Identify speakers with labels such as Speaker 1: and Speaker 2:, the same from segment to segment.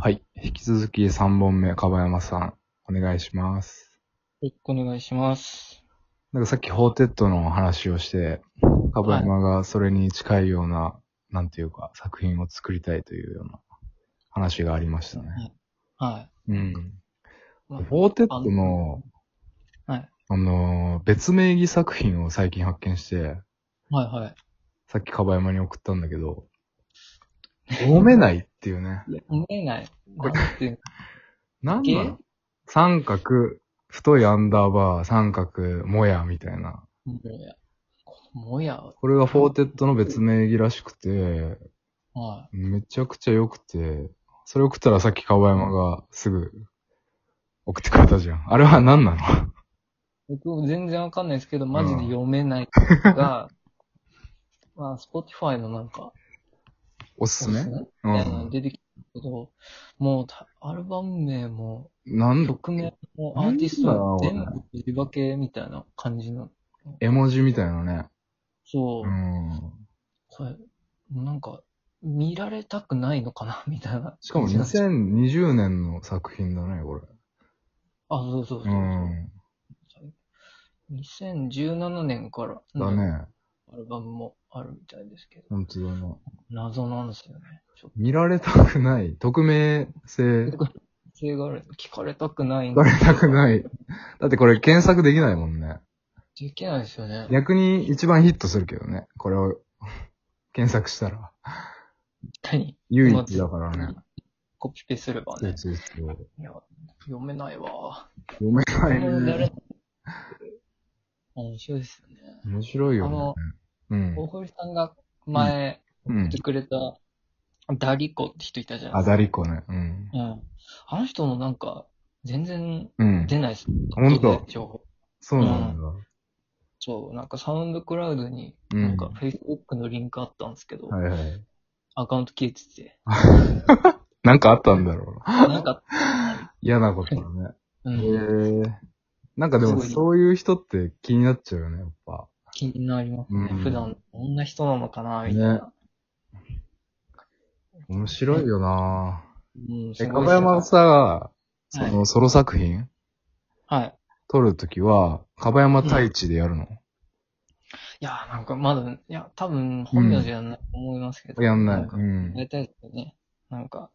Speaker 1: はい。引き続き3本目、かばやまさん、お願いします。
Speaker 2: はい、お願いします。
Speaker 1: なんかさっき、ホーテッドの話をして、かばやまがそれに近いような、なんていうか、作品を作りたいというような話がありましたね。
Speaker 2: は
Speaker 1: うん。
Speaker 2: い。ま
Speaker 1: フォーテッドの、
Speaker 2: はい
Speaker 1: あのー、別名義作品を最近発見して、
Speaker 2: はいはい。
Speaker 1: さっきかばやまに送ったんだけど、読めないっていう ね。
Speaker 2: 見えない。
Speaker 1: これ
Speaker 2: なんていう
Speaker 1: なん
Speaker 2: ゲ
Speaker 1: な
Speaker 2: ー
Speaker 1: の三角、太いアンダーバー、三角、もや、みたいな。
Speaker 2: のもや。もや。
Speaker 1: これがフォーテッドの別名義らしくて、
Speaker 2: は
Speaker 1: めちゃくちゃ良くて、それ送ったらさっき川山がすぐ送ってくれたじゃん。あれは何なの
Speaker 2: い。僕全然わかんないですけど、マジで読めないのが、 まあ、スポティファイのなんか、
Speaker 1: おすすめう
Speaker 2: みたいなの
Speaker 1: ん。
Speaker 2: 出てきたけど、もうた、アルバム名も、
Speaker 1: なんだ
Speaker 2: 曲名も、アーティストも
Speaker 1: なん
Speaker 2: 全
Speaker 1: だ
Speaker 2: 部
Speaker 1: ろう
Speaker 2: 字化けみたいな感じの。
Speaker 1: 絵文字みたいなね。
Speaker 2: そうう。
Speaker 1: ん。
Speaker 2: これ、なんか、見られたくないのかなみたいな。
Speaker 1: しかも2020年の作品だね、これ。
Speaker 2: あ、そうそう
Speaker 1: う
Speaker 2: そうそう。
Speaker 1: ん。
Speaker 2: 2017年から
Speaker 1: だ
Speaker 2: の
Speaker 1: ね。
Speaker 2: アルバムもあるみたいですけど、
Speaker 1: 本当だね。
Speaker 2: 謎なんですよね。ちょっと、
Speaker 1: 見られたくない。匿名性。
Speaker 2: 性がある。聞かれたくないん
Speaker 1: 聞
Speaker 2: で
Speaker 1: かれたくない。だってこれ検索できないもんね。
Speaker 2: できないですよね。
Speaker 1: 逆に一番ヒットするけどね。これを検索したら。
Speaker 2: 何
Speaker 1: 唯一だからね。
Speaker 2: コピペすればね。
Speaker 1: そうそう。
Speaker 2: いや、読めないわ。
Speaker 1: 読めない
Speaker 2: 誰
Speaker 1: ね。
Speaker 2: も面白いですよね。
Speaker 1: 面白いよね。うん。
Speaker 2: 大堀さんが前、
Speaker 1: うん
Speaker 2: 言ってくれた、ダリコって人いたじゃな
Speaker 1: あ
Speaker 2: いですか。
Speaker 1: だりこね。うん。
Speaker 2: うん。あの人もなんか、全然
Speaker 1: うん。
Speaker 2: 出ないです。
Speaker 1: ほんと
Speaker 2: 情報。
Speaker 1: そうなんだ。
Speaker 2: そう、なんかサウンドクラウドに、
Speaker 1: うん
Speaker 2: なんか Facebook のリンクあったんですけど、
Speaker 1: はいはい。
Speaker 2: アカウント消え てて、
Speaker 1: なんかあったんだろうな。
Speaker 2: なんか、
Speaker 1: 嫌なことだね。
Speaker 2: うん
Speaker 1: へえ。なんかでも
Speaker 2: すごい
Speaker 1: そういう人って気になっちゃうよね、やっぱ。
Speaker 2: 気になりますね。
Speaker 1: うん
Speaker 2: 普段、どんな人なのかな、みたいな。
Speaker 1: 面白いよな
Speaker 2: うん、
Speaker 1: え、
Speaker 2: す
Speaker 1: か
Speaker 2: ごい
Speaker 1: ばやまさ、
Speaker 2: い
Speaker 1: そのソロ作品
Speaker 2: はい。
Speaker 1: 撮るときは、かばやま太一でやるの
Speaker 2: いや、なんかまだ、いや、多分、本名じゃやんないと思いますけど。
Speaker 1: やんない。
Speaker 2: なか
Speaker 1: うん
Speaker 2: や。りたいですよね。なんか、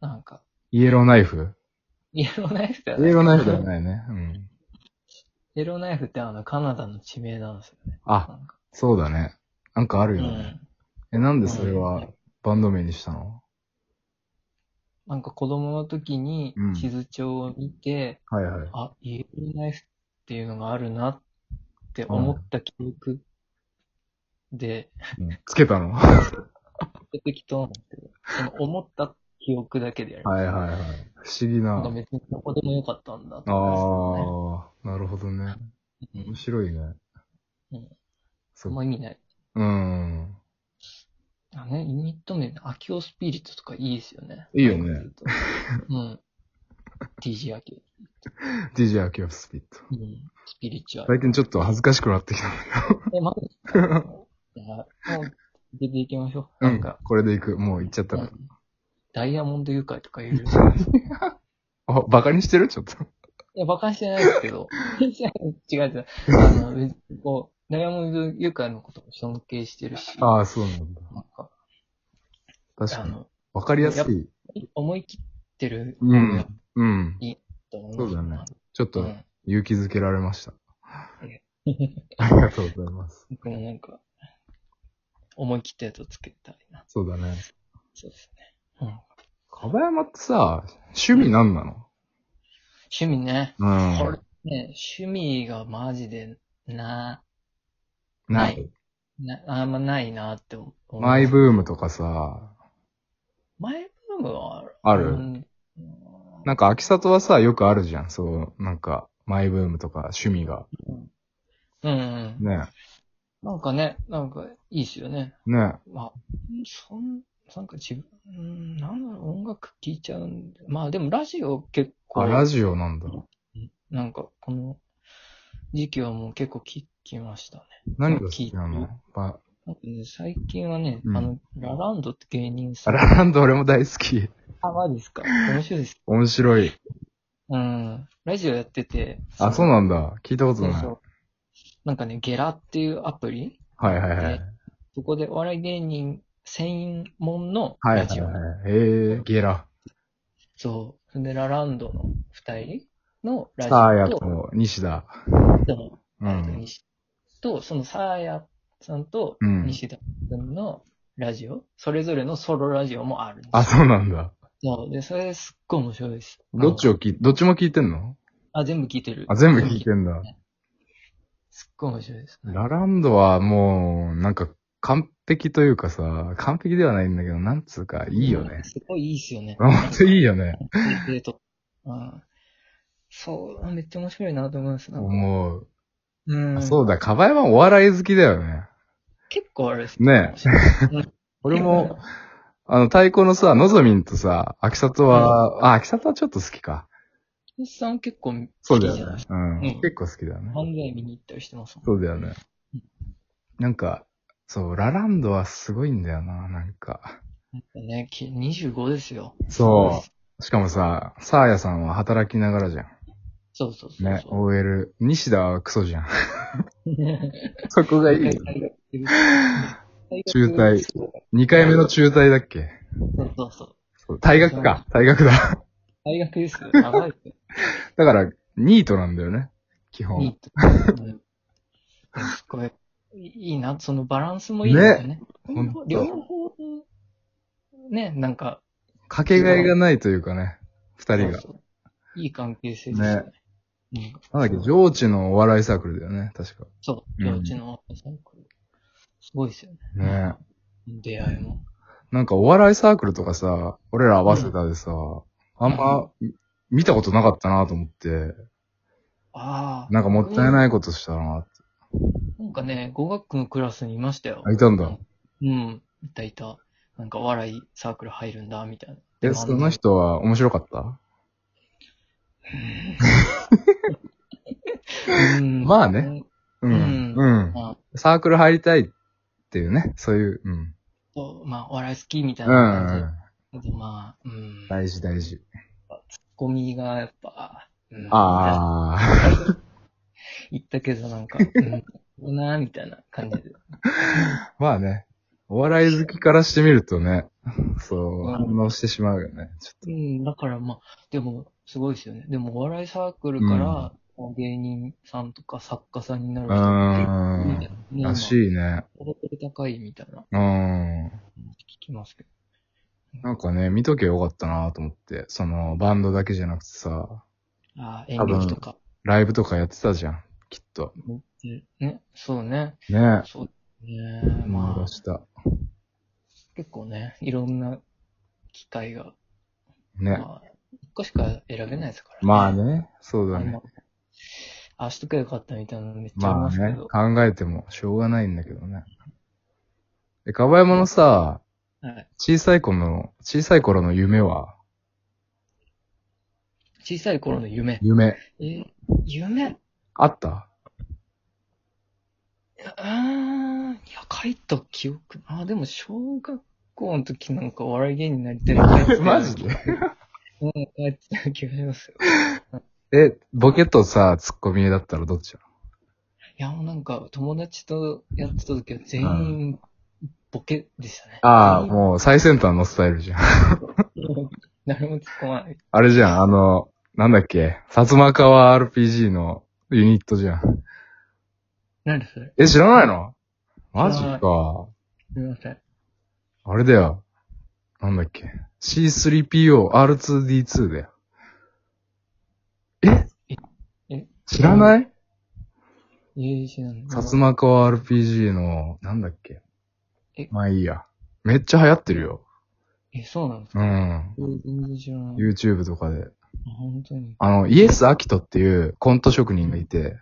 Speaker 2: なんか、
Speaker 1: イエローナイフ
Speaker 2: イエローナイフだよ
Speaker 1: イ
Speaker 2: ね。
Speaker 1: エローナイフではないね。うん。
Speaker 2: イエローナイフってあの、カナダの地名なんですよね。
Speaker 1: あ、
Speaker 2: なんか
Speaker 1: そうだね。なんかあ
Speaker 2: う
Speaker 1: るよね。
Speaker 2: ん。
Speaker 1: え、なんでそれ
Speaker 2: う
Speaker 1: は
Speaker 2: ん
Speaker 1: バンド名にしたの
Speaker 2: なんか子供の時に
Speaker 1: うん
Speaker 2: 地図帳を見て、
Speaker 1: はいはい。
Speaker 2: あ、イエローナイフっていうのがあるなって思った記憶で、
Speaker 1: つけたのは
Speaker 2: 適当なんですけど、その思った記憶だけでやり
Speaker 1: い
Speaker 2: ま
Speaker 1: はい
Speaker 2: した。
Speaker 1: はい。不思議
Speaker 2: な
Speaker 1: な
Speaker 2: んか。別にどこでもよかったんだと
Speaker 1: あ
Speaker 2: 思
Speaker 1: ー、なるほどね。
Speaker 2: いましたね
Speaker 1: 面白いね
Speaker 2: うん。
Speaker 1: そ
Speaker 2: うん。ま
Speaker 1: う。
Speaker 2: あ意味ない。
Speaker 1: うん。
Speaker 2: あね、ユニット名、アキオスピリットとかいいですよね。
Speaker 1: いいよね
Speaker 2: なんか言うと。うん。DJ アキ
Speaker 1: DJ アキオスピット。
Speaker 2: オ。うん。スピリチュアル。
Speaker 1: 最近ちょっと恥ずかしくなってき た。
Speaker 2: え、まず、いやもう出ていきましょう。
Speaker 1: う
Speaker 2: なん
Speaker 1: ん
Speaker 2: か、。
Speaker 1: これで行く。もう行っちゃった
Speaker 2: う
Speaker 1: ら。
Speaker 2: んダイヤモンド誘拐とか 言う。い
Speaker 1: あ、バカにしてるちょっと。
Speaker 2: や、馬鹿にしてないですけ ど。違う違う。あの、別にこう、ダイヤモンド誘拐のことも尊敬してるし、なん
Speaker 1: ああ、そうなんだ。
Speaker 2: か、
Speaker 1: 確か
Speaker 2: あ
Speaker 1: に。
Speaker 2: の、
Speaker 1: わかりやすい。
Speaker 2: 思い切ってる方
Speaker 1: う
Speaker 2: がいい
Speaker 1: ん。うん。
Speaker 2: と思
Speaker 1: そうだね。ちょっ
Speaker 2: う
Speaker 1: と
Speaker 2: ん。
Speaker 1: 勇気づけられました
Speaker 2: え。
Speaker 1: ありがとうございます。
Speaker 2: 僕もなんか、思い切ったやつをつけたいな。
Speaker 1: そうだね。
Speaker 2: そうですね。うん。
Speaker 1: かばやまってさ、趣味なんなの
Speaker 2: 趣味ね。
Speaker 1: う
Speaker 2: これね、趣味がマジでな、
Speaker 1: な
Speaker 2: ない
Speaker 1: い。
Speaker 2: な、あんまないなって思う。
Speaker 1: マイブームとかさ、
Speaker 2: マイブームは
Speaker 1: ある
Speaker 2: うん
Speaker 1: なんか秋里はさ、よくあるじゃん。そう、なんか、マイブームとか趣味が。
Speaker 2: うんうん。
Speaker 1: ね
Speaker 2: なんかね、なんかいいっすよね。
Speaker 1: え。ね
Speaker 2: まあ、そん、なんか自分、うんなんだろう、音楽聴いちゃうんで。まあでもラジオ結
Speaker 1: え。
Speaker 2: 構、
Speaker 1: あ、ラジオなんだ。
Speaker 2: なんかこの時期はもう結構聴きましたね。
Speaker 1: 何が好きなのば
Speaker 2: なんかね、最近はね、
Speaker 1: うん
Speaker 2: あの、ラランドって芸人さ
Speaker 1: ラ
Speaker 2: ん。
Speaker 1: ランド俺も大好き。
Speaker 2: あ、マジですか。面白いです。
Speaker 1: 面白い。
Speaker 2: うん。ラジオやってて。
Speaker 1: あ、そうなんだ。聞いたこと
Speaker 2: そう
Speaker 1: ない。
Speaker 2: そう。なんかね、ゲラっていうアプリ
Speaker 1: はいはいはい
Speaker 2: で。そこでお笑い芸人専門の
Speaker 1: はいは
Speaker 2: ラ
Speaker 1: い
Speaker 2: ジオ。
Speaker 1: はい。えー、ゲラ。
Speaker 2: そう。それで、ラランドの二人のラジ
Speaker 1: サーヤ
Speaker 2: オと、
Speaker 1: と西田。
Speaker 2: でも
Speaker 1: う
Speaker 2: あと
Speaker 1: ん。
Speaker 2: 西と、そのサーヤさんと
Speaker 1: うん
Speaker 2: 西田君のラジオ、それぞれのソロラジオもあるんです
Speaker 1: あ、そうなんだ。
Speaker 2: そう。で、それすっごい面白いです。
Speaker 1: どっち
Speaker 2: を
Speaker 1: を聞い、どっちも聞いてんの
Speaker 2: あ、全部聞いてる。
Speaker 1: あ、全部聞いてんだ。
Speaker 2: すっごい面白いです。
Speaker 1: ラランドはもう、なんか、完璧というかさ、完璧ではないんだけど、なんつうか、いいよね。
Speaker 2: すごいいいですよね。
Speaker 1: ほんといいよね。
Speaker 2: デート。うん。そう、めっちゃ面白いなと思います。なんか
Speaker 1: 思う。
Speaker 2: うん。
Speaker 1: あそうだ、かばやまお笑い好きだよね。
Speaker 2: 結構あれです
Speaker 1: ね 俺も、あの、太鼓のさ、のぞみんとさ、秋里は、あ、秋里はちょっと好きか。
Speaker 2: え。さん結構好きじゃない、
Speaker 1: そうだよね。うん。
Speaker 2: うん
Speaker 1: 結構好きだよね。
Speaker 2: 漫才見に行ったりしてますもん。
Speaker 1: そうだよね。なんか、そう、ラランドはすごいんだよな、なんか。
Speaker 2: なんかね、き25ですよ。
Speaker 1: そしかもさ、サーヤさんは働きながらじゃん。
Speaker 2: そうそうそう。
Speaker 1: ね、
Speaker 2: そう
Speaker 1: OL。西田はクソじゃん。 そこがいいよ。中退
Speaker 2: そう
Speaker 1: 2回目の中退だっけ
Speaker 2: そうそう。
Speaker 1: そう退学か。退学だ。
Speaker 2: 大学ですよ。やばいですよ。
Speaker 1: だから、ニートなんだよね。基本。
Speaker 2: ニート。うんすごい、いいな。そのバランスもいいですよね。
Speaker 1: ほんと
Speaker 2: 両方、ね、なんか、
Speaker 1: かけがえがないというかね、二人が。
Speaker 2: そうそういい関係性ですよね。
Speaker 1: なんだっけ、上智のお笑いサークルだよね、確か。
Speaker 2: そ
Speaker 1: う
Speaker 2: う、
Speaker 1: ん
Speaker 2: 幼稚のサークル。すごいですよね。
Speaker 1: ね
Speaker 2: 出会いも。
Speaker 1: なんかお笑いサークルとかさ、俺ら早稲田でさ、あんま見たことなかったなと思って、
Speaker 2: ああ。
Speaker 1: なんかもったいないことしたなって。
Speaker 2: なんかね、語学のクラスにいましたよ
Speaker 1: あ、。いたんだ。
Speaker 2: うん。いたいた。なんかお笑いサークル入るんだ、みたいな。
Speaker 1: え、その人は面白かった
Speaker 2: うん。
Speaker 1: まあね。うん。
Speaker 2: う
Speaker 1: うん。
Speaker 2: まあ、
Speaker 1: サークル入りたいっていうね、そういう、うん。
Speaker 2: そうまあ、お笑い好きみたい
Speaker 1: うんうんう。
Speaker 2: なん感じで。まあ、うん。
Speaker 1: 大事大事。
Speaker 2: ゴミがやっぱ、うん
Speaker 1: あ
Speaker 2: 言ったけ どなんか、うん、うなーみたいな感じで。
Speaker 1: あ。 まあね。お笑い好きからしてみるとね、 そう、
Speaker 2: うん
Speaker 1: 反応してしまうよね。ちょっと
Speaker 2: うん、だからまあ、でも、すごいですよね。でも、お笑いサークルから、芸人さんとか作家さんになる
Speaker 1: う
Speaker 2: 人
Speaker 1: ーん
Speaker 2: っているみたいな、
Speaker 1: らしいね。
Speaker 2: レベル高いみたいな、
Speaker 1: うん。
Speaker 2: 聞きますけど。
Speaker 1: なんかね、見とけよかったなと思って。その、バンドだけじゃなくてさ、
Speaker 2: ああ、演劇とか。
Speaker 1: ライブとかやってたじゃん。きっと。
Speaker 2: ね、そうね。
Speaker 1: ね
Speaker 2: そうね。
Speaker 1: え。思い
Speaker 2: ま
Speaker 1: 出
Speaker 2: あ、
Speaker 1: した。
Speaker 2: 結構ね、いろんな機会が、
Speaker 1: ね。
Speaker 2: まあ、一個しか選べないですから、
Speaker 1: まあ。ね。そうだ
Speaker 2: あん
Speaker 1: ね
Speaker 2: ま。ああしとけばよかったみたいなのめっちゃあり
Speaker 1: ま
Speaker 2: ま
Speaker 1: あ
Speaker 2: すけど。
Speaker 1: ね。考えてもしょうがないんだけどね。え、かばやまのさ、
Speaker 2: はい
Speaker 1: 小さい子の、小さい頃の夢は
Speaker 2: 小さい頃の夢。
Speaker 1: 夢。
Speaker 2: え、夢
Speaker 1: あった
Speaker 2: あー、いや、書いた記憶。あー、でも小学校の時なんかお笑い芸人になりたいな書いてた よ。
Speaker 1: マジで
Speaker 2: うん、書いてた気がしますよ。
Speaker 1: え、ボケとさ、ツッコミだったらどっちだ
Speaker 2: いや、もうなんか友達とやってた時は全員ボケでしたね。
Speaker 1: ああ、
Speaker 2: 全員
Speaker 1: もう最先端のスタイルじゃん。
Speaker 2: 誰も突っ込まない。
Speaker 1: あれじゃん、あの、なんだっけ、薩摩川 RPG のユニットじゃん。
Speaker 2: 何それ
Speaker 1: え、知らないのマジ
Speaker 2: 知らない
Speaker 1: か。
Speaker 2: すみません。
Speaker 1: あれだよ。なんだっけ。C3PO R2D2 だよ。え
Speaker 2: え
Speaker 1: 知らない
Speaker 2: ええ、知らない。
Speaker 1: 薩摩川 RPG の、なんだっけ
Speaker 2: え。
Speaker 1: まあいいや。めっちゃ流行ってるよ。
Speaker 2: え、そうなんです
Speaker 1: う
Speaker 2: か
Speaker 1: ん。
Speaker 2: うん全然知らない。
Speaker 1: YouTube とかで。
Speaker 2: あ本当に。
Speaker 1: あの、イエス・アキトっていうコント職人がいて、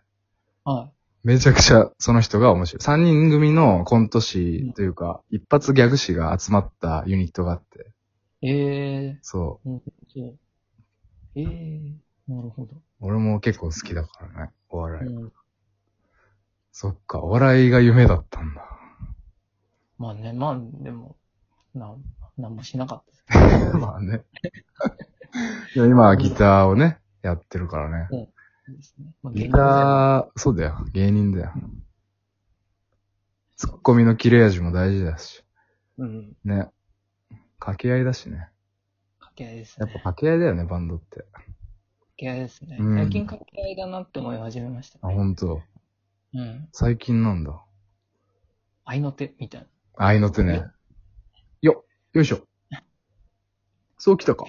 Speaker 2: は
Speaker 1: めちゃくちゃその人が面白い。三人組のコント師というか、一発ギャグ師が集まったユニットがあって、
Speaker 2: い。ええ
Speaker 1: そ
Speaker 2: そう。ええなるほど。
Speaker 1: う。俺も結構好きだからね、お笑い。
Speaker 2: うん
Speaker 1: そっか、お笑いが夢だったんだ。
Speaker 2: まあね、まあ、でも、なん、なんもしなかったです。
Speaker 1: まあね。いや今はギターをね、やってるからね。
Speaker 2: ですね。まあ、
Speaker 1: ギ
Speaker 2: 芸人じゃ
Speaker 1: ター、そうだよ。芸人だよ。ツッコミの切れ味も大事だし。
Speaker 2: ないうん。
Speaker 1: ね。掛け合いだしね。
Speaker 2: 掛け合いです
Speaker 1: や
Speaker 2: ね。
Speaker 1: っぱ掛け合いだよね、バンドって。
Speaker 2: 掛け合いですね。
Speaker 1: うん
Speaker 2: 最近掛け合いだなって思い始めました
Speaker 1: あ、
Speaker 2: ね。
Speaker 1: ほんと。
Speaker 2: うん。
Speaker 1: 最近なんだ。
Speaker 2: 愛の手みたいな。
Speaker 1: 愛の手ね。よっ、よいしょ。そう来たか。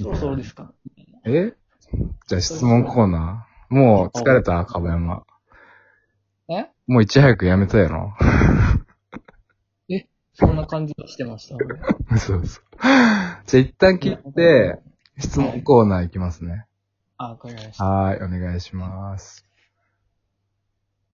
Speaker 2: そろそろですか
Speaker 1: えじゃあ質問コーナーもう疲れたかばやま。
Speaker 2: え
Speaker 1: もういち早くやめたやろ
Speaker 2: そんな感じにしてました。俺
Speaker 1: そうそう。じゃあ一旦切って、質問コーナーいきますね。
Speaker 2: あ、わかりました。
Speaker 1: はーい、お願いします。